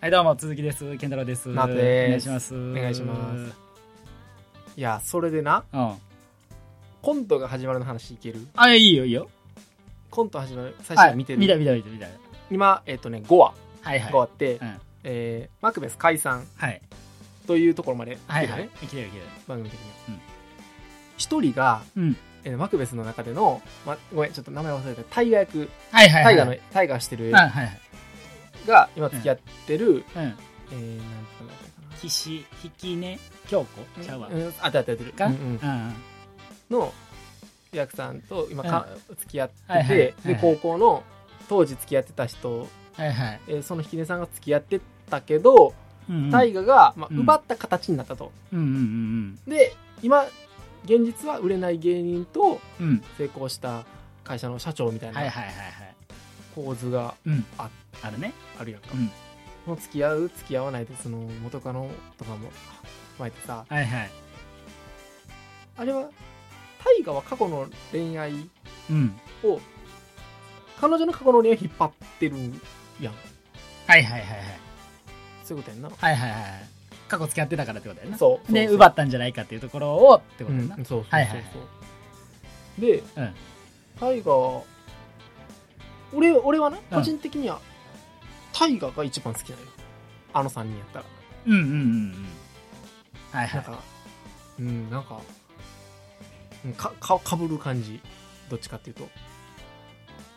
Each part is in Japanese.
はいどうも鈴木です健太郎ですナオトですお願いしますお願いしますいやそれでなうんコントが始まるの話いけるあいいよいいよコント始まる最は初いに見てる、見た見た見た見た今えっ、とね5話はいはい5話って、うんえーマクベス解散はいというところまで来はているね、はい生きてる生きてる番組的にうん一、人が、うんえーマクベスの中での、ま、ごめんちょっと名前忘れたタイガー役はいはいはタいイガーのタイガーしてるはいはいはいが今付き合ってる、うんえー、なんて名前だったかな岸引きね京子ちゃうわうん、あ、だってやってる。かうんうんうんの役さんと今か、付き合ってて、はいはいはいはいで高校の当時付き合ってた人、はいはいえーそのひきねさんが付き合ってたけど、うんうん大我が、まあ、うん奪った形になったと、うんうんで今現実は売れない芸人とうんうんうん成功した会社の社長みたいはいなはいはいはい構図がうんああるねあるやんか、うんもう付き合う付き合わないでその元カノとかも巻いてさはいはいあれは大我は過去の恋愛うんを彼女の過去の恋愛を引っ張ってるやんはいはいはいはいそういうことやんなはいはいはいはい過去付き合ってたからってことやなそうそうでそう奪ったんじゃないかっていうところをってこうとやんなそうそうそうそう、はいはいはで、うんタイガー俺俺はなうん個人的には、タイガーが一番好きなのよあの3人やったらうんうんうんうんはいはなんいかうんなんかうんかかかぶる感じどっちかっていうと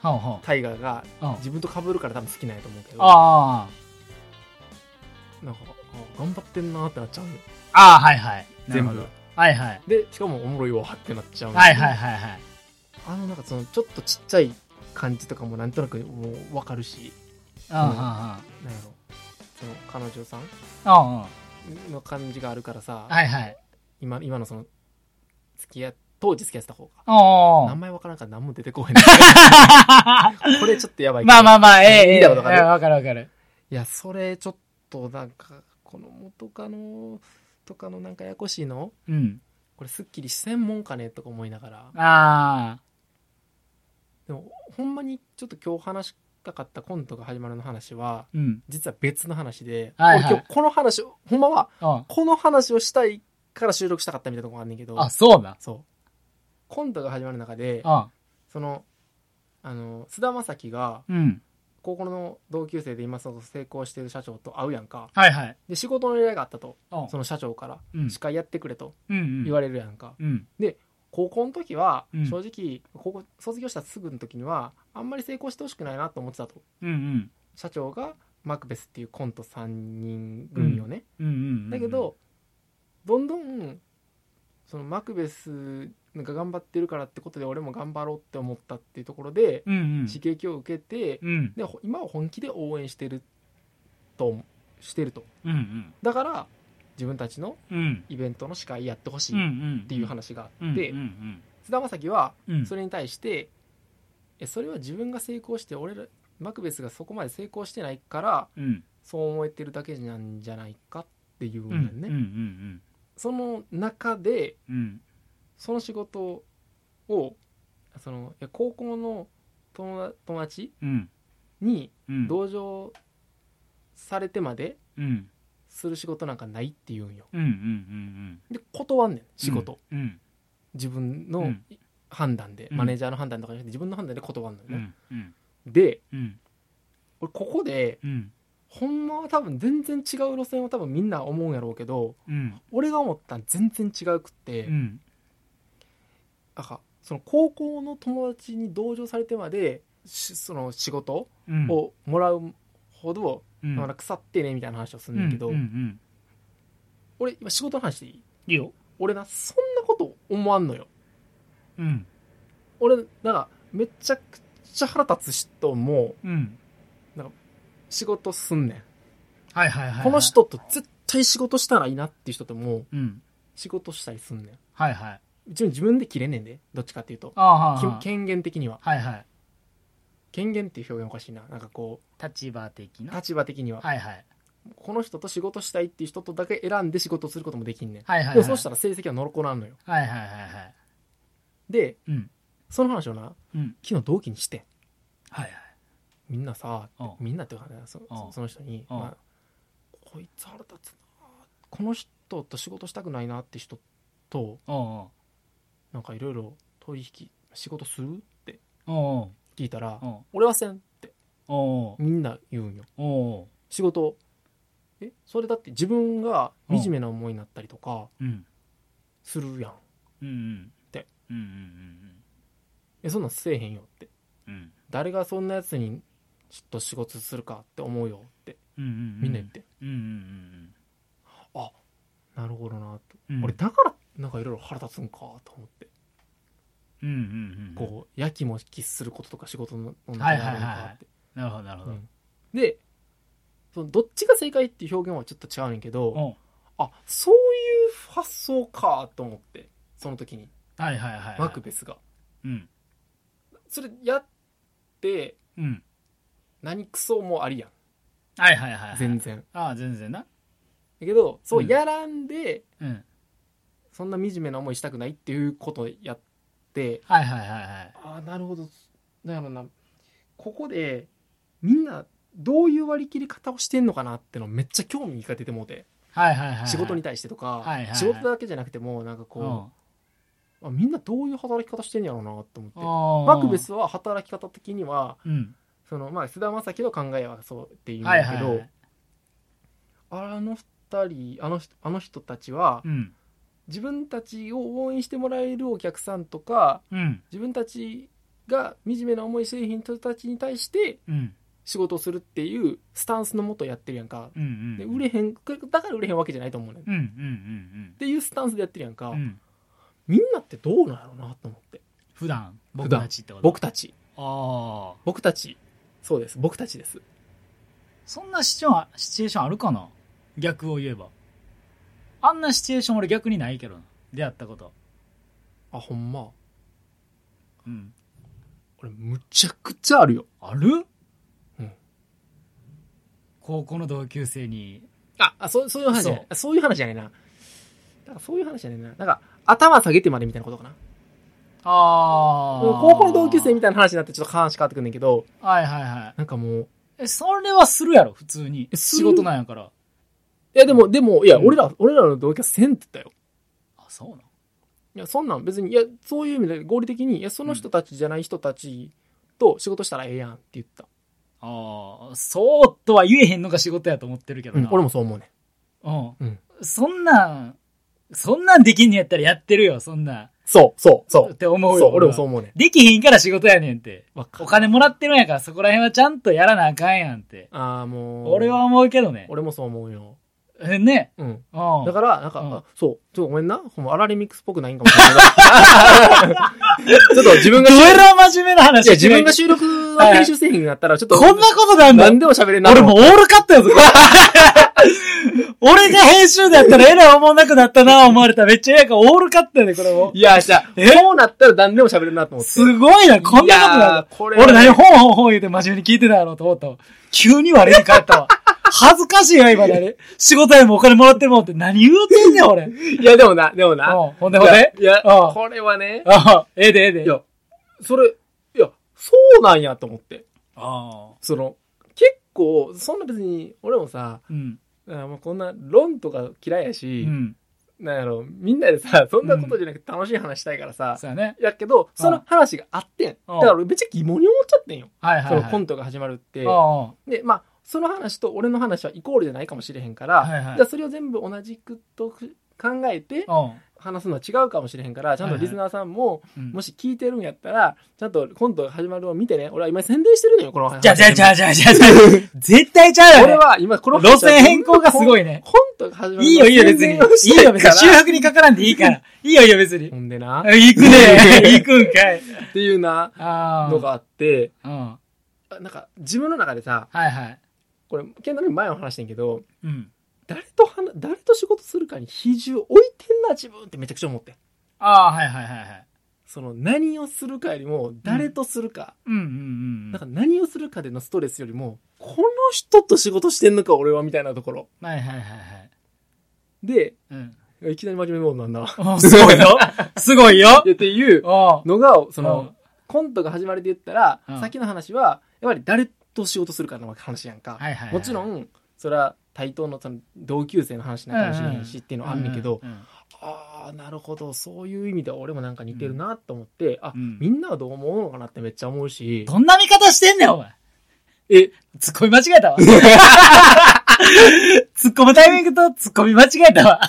ほうほタイガーがううん自分とかぶるから多分好きなんやと思うけどあなんかあ頑張ってんなーってなっちゃうのよあああはいはいなるほど全部はいはいでしかもおもろいわってなっちゃうのよはいはいはいはいあのなんかそのちょっとちっちゃい感じとかもなんとなくもう分かるしうんうなんやろその彼女さんんうんうんうんの感じがあるからさ、はいはい今今のその付き合い当時付き合ってた方がおお名前わからんから何も出てこへん これちょっとやばいけどまあまあまあええええ見たことわかるええわかるわかるいやそれちょっとなんかこの元カノとかのなんかややこしいのうんこれすっきりせんもんかねとか思いながらあでもほんまにちょっと今日話したかったコントが始まるの話はあうん実は別の話で、はいはい俺今日この話をほんまはあこの話をしたいから収録したかったみたいなとこあんねんけどあそうだそうコントが始まる中であそのあの菅田将暉がうん高校の同級生で今その成功してる社長と会うやんかはいはいで仕事の依頼があったとうんその社長からうん司会やってくれとうん言われるやんか、うん高校の時はうん正直高校卒業したすぐの時にはあんまり成功してほしくないなと思ってたとうんうん社長がマクベスっていうコント3人組をね、うんうんうんだけどどんどんそのマクベスが頑張ってるからってことで俺も頑張ろうって思ったっていうところでうんうん刺激を受けてうんでほ今は本気で応援してるとしてるとうんうんだから自分たちのうんイベントの司会やってほしうんういっんていう話がうあっんてうん菅田将暉はうんうんそれに対してえそれは自分が成功して俺らマクベスがそこまで成功してないからうんそう思えてるだけなんじゃないかっていううんんうだんよね、うんその中でうんその仕事をそのいや高校の友達友達うんにうん同情されてまでうんする仕事なんかないって言うんようんうんうんうんで断んねん仕事、うん自分うのん判断で、うんマネージャーの判断とかじゃなくて自分の判断で断んのようね、んうんでうん俺ここでうんほんまは多分全然違う路線を多分みんな思うんやろうけどうん俺が思ったん全然違うくって、うんなんかその高校の友達に同情されてまでしその仕事うんをもらうほど、うんまあ腐ってねみたいな話をするんだけど、うんうん俺今仕事の話でいいいいよ俺なそんなこと思わんのようん俺なんかめちゃくちゃ腹立つ人もうん仕事すんねん、はいはいはいはいこの人と絶対仕事したらいいなっていう人ともうん仕事したりすんねんはいはい一応自分で切れんねんでどっちかっていうとああはあきは権限的にはあはいはい権限っていう表現おかしいななんかこ立場的うな立場的にははいはいこの人と仕事したいっていう人とだけ選んで仕事をすることもできんねん、はいはいはいでもそうしたら成績はのろこなんのよはいはいはいはいでうんその話をなうん昨日同期にしてんはいはいみんなさおうみんなっていうかねそおうその人に、おうまあこいつ腹立つなこの人と仕事したくないなって人とおなんかいろいろ取引仕事するってうんお聞いたらうん「俺はせん」っておみんな言うんよおお仕事えそれだって自分が惨めな思いになったりとかうんするやんうんうんでうんえそんなんせえへんよってうんうん誰がそんなやつにちょっと仕事するかって思うよってうんうんみんな言って、うんうんなるほどなと、うんうん俺だからなんかいろいろ腹立つんかと思って、うんうんうんこうやきもきすることとか仕事の中にあるのはいはいはいかはってなるほどなるほどうんでそのどっちが正解っていう表現はちょっと違うねんけど、おあそういう発想かと思ってその時にはいはいはいマクベスがうんそれやってうん何クソもありやんはいはいはいはい全然ああ全然なだけどそううんやらんで、うんそんな惨めな思いしたくないっていうことやってはいはいはいはいああなるほどなんやろなここでみんなどういう割り切り方をしてんのかなってのめっちゃ興味が出てもうてはいはいはいはい仕事に対してとか、はいはいはい仕事だけじゃなくてもなんかこう、あみんなどういう働き方してんやろうなと思ってママクベスは働き方的にはうんそのまあ菅田将暉の考えはそうっていうんはいだはけいど、はいあの二人あの人あの人たちはうん自分たちを応援してもらえるお客さんとかうん自分たちが惨めな思い製品人たちに対してうん仕事をするっていうスタンスのもとやってるやんか、うんうんで売れへんだから売れへんわけじゃないと思うねんっうんうんうんていうスタンスでやってるやんか、うんうんみんなってどうなんやろうなと思って普段普僕段たちってこと僕たちああ僕たちそうです僕たちですそんなシチュアシチュエーションあるかな逆を言えばあんなシチュエーション俺逆にないけどな出会ったことあほんまうん俺むちゃくちゃあるよある、うん高校の同級生にああそうそういう話じゃそないうあそういう話じゃないなだからそういう話じゃないななんか頭下げてまでみたいなことかなあ高校の同級生みたいたいな話になってちょっと話変わってくんねんけどはいはいはいなんかもうえそれはするやろ普通にえする仕事なんやからいやでもでもいやうん俺ら俺らの同居はせんって言ったよあそうなんいやそんなん別にいやそういう意味で合理的にいやその人たちじゃない人たちと仕事したらええやんって言った、ああそうとは言えへんのが仕事やと思ってるけどうんな、俺もそう思うねうんうんそんなんそんなんできんねやったらやってるよそんなんそうそうそっうて思うそよう俺もそう思うねできへんから仕事やねんってわお金もらってるんやからそこら辺はちゃんとやらなあかんやんってああもう俺は思うけどね俺もそう思うよえねうんうんだからなんか、うんあそうちょっとごめんなほんまアラレミックスっぽくないんかもしれ ないけどちょっと自分がどえらい真面目な話いや自分が収録の編集製品になったらちょっとこんなことなんだ何でも喋れんな俺とも思うっオールカットやぞ。 俺が編集だったらえらい思わなくなったな思われたらめっちゃ嫌やからオールカットやねこれもて。いやじゃあえそうなったら何でも喋れるなと思ってすごいな、こんなことなんだ。いやーこれはね俺何本本本言うて真面目に聞いてたやろうと思ったわ急に我に返った わ。恥ずかしいわ、今だね。仕事やもお金もらってるもんって何言うてんねん、俺。うんいやでもなでもなほんでほんで。いや、いやうんこれはね、あええでええで。いや、それ、いや、そうなんやと思って。あその、結構、そんな別に、俺もさ、ーうん。あーもうこんな論とか嫌いやうし、ん。なんやろ、みんなでさ、そんなことじゃなくて楽しい話したいからさ、そうやね。やけど、その話があってん。だから俺めっちゃ疑問に思っちゃってんよ。はいはい、そはのい。コントが始まるって。あで、まあ、その話と俺の話はイコールじゃないかもしれへんから、はいはいじゃあそれを全部同じくと考えてあ。うん話すのは違うかもしれへんから、ちゃんとリスナーさんも、うん。もし聞いてるんやったら、ちゃんとコントが始まるを見てね。俺は今宣伝してるのよ、この話。じゃあじゃあじゃあじゃあじゃあじゃ あ絶対ちゃうやろ俺は今この路線変更がすごい。い ね。コントが始まるのをいいよいいよ別に。い宣伝をしいてよる別からに。修復にかからんでいいから。いいよいいよ別に。ほんでな、行くね 行くんかい。っていうな、ああ。のがあって、うん。はあなんか自分の中でさ、いはい。これ、ケンタ君前も話してんけど、うん。誰と話、誰と仕事するかに比重置いてんな、自分ってめちゃくちゃ思ってん。ああ、はいはいはいはい。その何をするかよりも、誰とするか、うんうんうん。なんか何をするかでのストレスよりも、この人と仕事してんのか、俺は、みたいなところ。はいはいはいはい。で、うん。いきなり真面目モードなんだわ。 おすごいよ。すごいよ い。やっていうおのが、そうんの、コントが始まりで言ったら、うんさっきの話は、やっぱり誰と仕事するかの話やんか。はいはいはいもちろん、それは対等のその同級生の話なんかもしれへんしっていうのはあんねんけど、うんうんああなるほどそういう意味では俺もなんか似てるなと思って、あうんみんなはどう思うのかなってめっちゃ思うしどんな見方してんねん、お前。え突っ込み間違えた わ。突っ込むタイミングと突っ込み間違えた わ。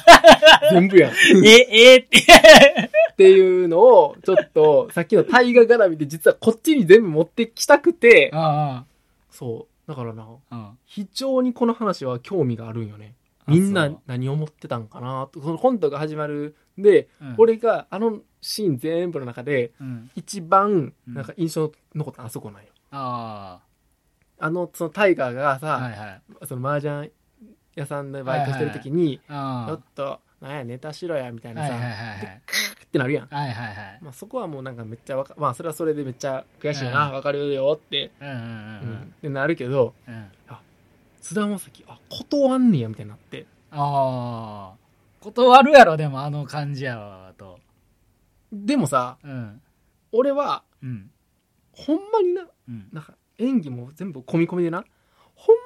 全部やんっえ、えーって。ていうのをちょっとさっきの大河絡みで実はこっちに全部持ってきたくてあそうだからなあ、うん。非常にこの話は興味があるんよねあみんなそう何思ってたんかなとそのコントが始まるで、うん、俺があのシーン全部の中でうん。一番うんなんか印象残ったのあそこなんよああのそのタイガーがさ、あ、はいはい。その麻雀屋さんでバイトしてる時に、ちょあっと、なんや、ネタしろや、みたいあ。なはいさ、はいはいはい。ってなるやん。はいはいはい。まあそこはもうなんかめっちゃわか、まあそれはそれでめっちゃ悔しいな、うんわかるよって、うんうんううんうんん。、ってなるけど、うん。菅田将暉、あ、断んねや、みたいになって。ああ。断るやろ、でもあの感じやわ、と。でもさ、うん。俺は、うん。ほんまにな、うん。なんか演技も全部込み込みでな、ほん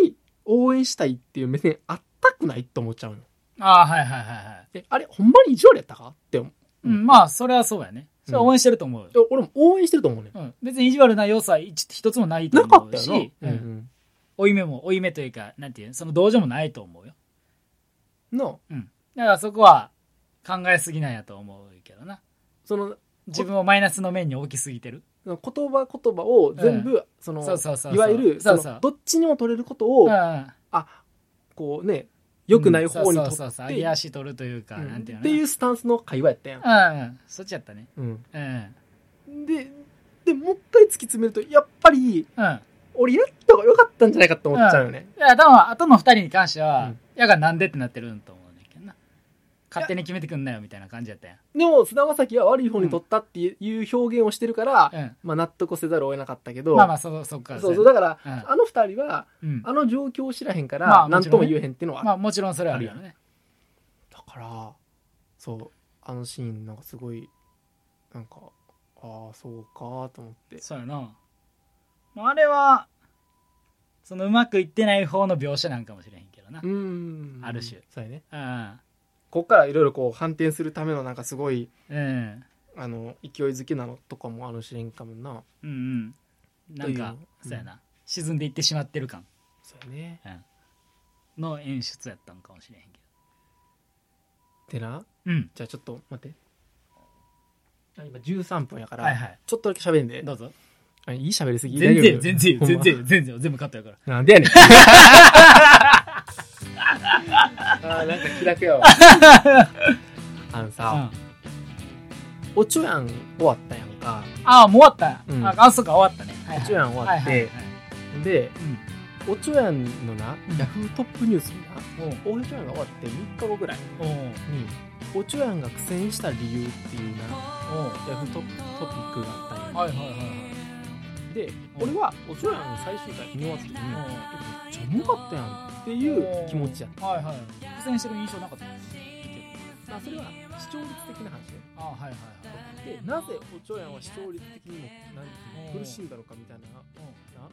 まに応援したいっていう目線あったくないと思っちゃうの。ああ、はいはいはいはい。で、あれ、ほんまに意地悪やったかって思う。うん、まあ、それはそうやね。それは応援してると思うよ。俺も応援してると思うねん。うん、別に意地悪な要素は一一つもないとなか思っうたよな。し、うんうん負い目も負い目というかなんていうのその同情もないと思うようんの、だからそこは考えすぎなんやと思うけどなその、自分をマイナスの面に置きすぎてる言葉言葉を全部、そのそうそうそうそういわゆるそそうのそうどっちにも取れることを、うんあこうね良くない方にうん取そうそうそうっ上てげ足取るというか、うんなんていうのっていううスタンスの会話やったやん、ん、うん、そっちやったねうんうんうんででもう一回突き詰めるとやっぱりいや俺やった方が良かったんじゃないかって思っちゃうよね、多分後の二人に関しては、うんやがなんでってなってるんと思うねんけどな勝手に決めてくんなよみたいな感じやったやんでも菅田将暉は悪い方に取ったっていう表現をしてるから、うんまあ、納得せざるを得なかったけど、まあまあそそっからそうそうだから、うんあの二人はうんあの状況を知らへんから、まあも何ちとろんもね言えへんっていうのはあるまあもちろんそれはあるよねだからそうあのシーンなんかすごいなんかああそうかと思ってそうやなまああれはそのうまくいってない方の描写なんかもしれへんけどなうーんある種そうやねうんこっからいろいろこう反転するためのなんかすごいうんあの勢いづけなのとかもあるしれんかもなうんうんなんかというそうやな沈んでいってしまってる感そうやねの演出やったんかもしれへんけでなどうんじゃあちょっと待ってあ今13分やから、はいはいちょっとだけ喋んでどうぞあいい喋りすぎ全然大全丈然夫全然全然全部カットやからほんまなん でやねんあーなんか気楽やわ あのさ、うんおちょやん終わったやんかああもう終わったうんああそうか終わったねはいはいおちょやん終わってはいはいはいでうんおちょやんのな、うんヤフートップニュースになおうおちょやんが終わって3日後ぐらいおうにおちょやんが苦戦した理由っていうなおうヤフートトピックがあったんや、はいはいはいはいで俺はおちょやんの最終回見終わった時におうえめっちゃ重かったやんっていう気持ちやっはいはい苦戦してる印象なかったた、まあ、それは視聴率的な話ねああはいはいはいでなぜおちょやんは視聴率的にもなんていうのうん苦しんだのかみたいなな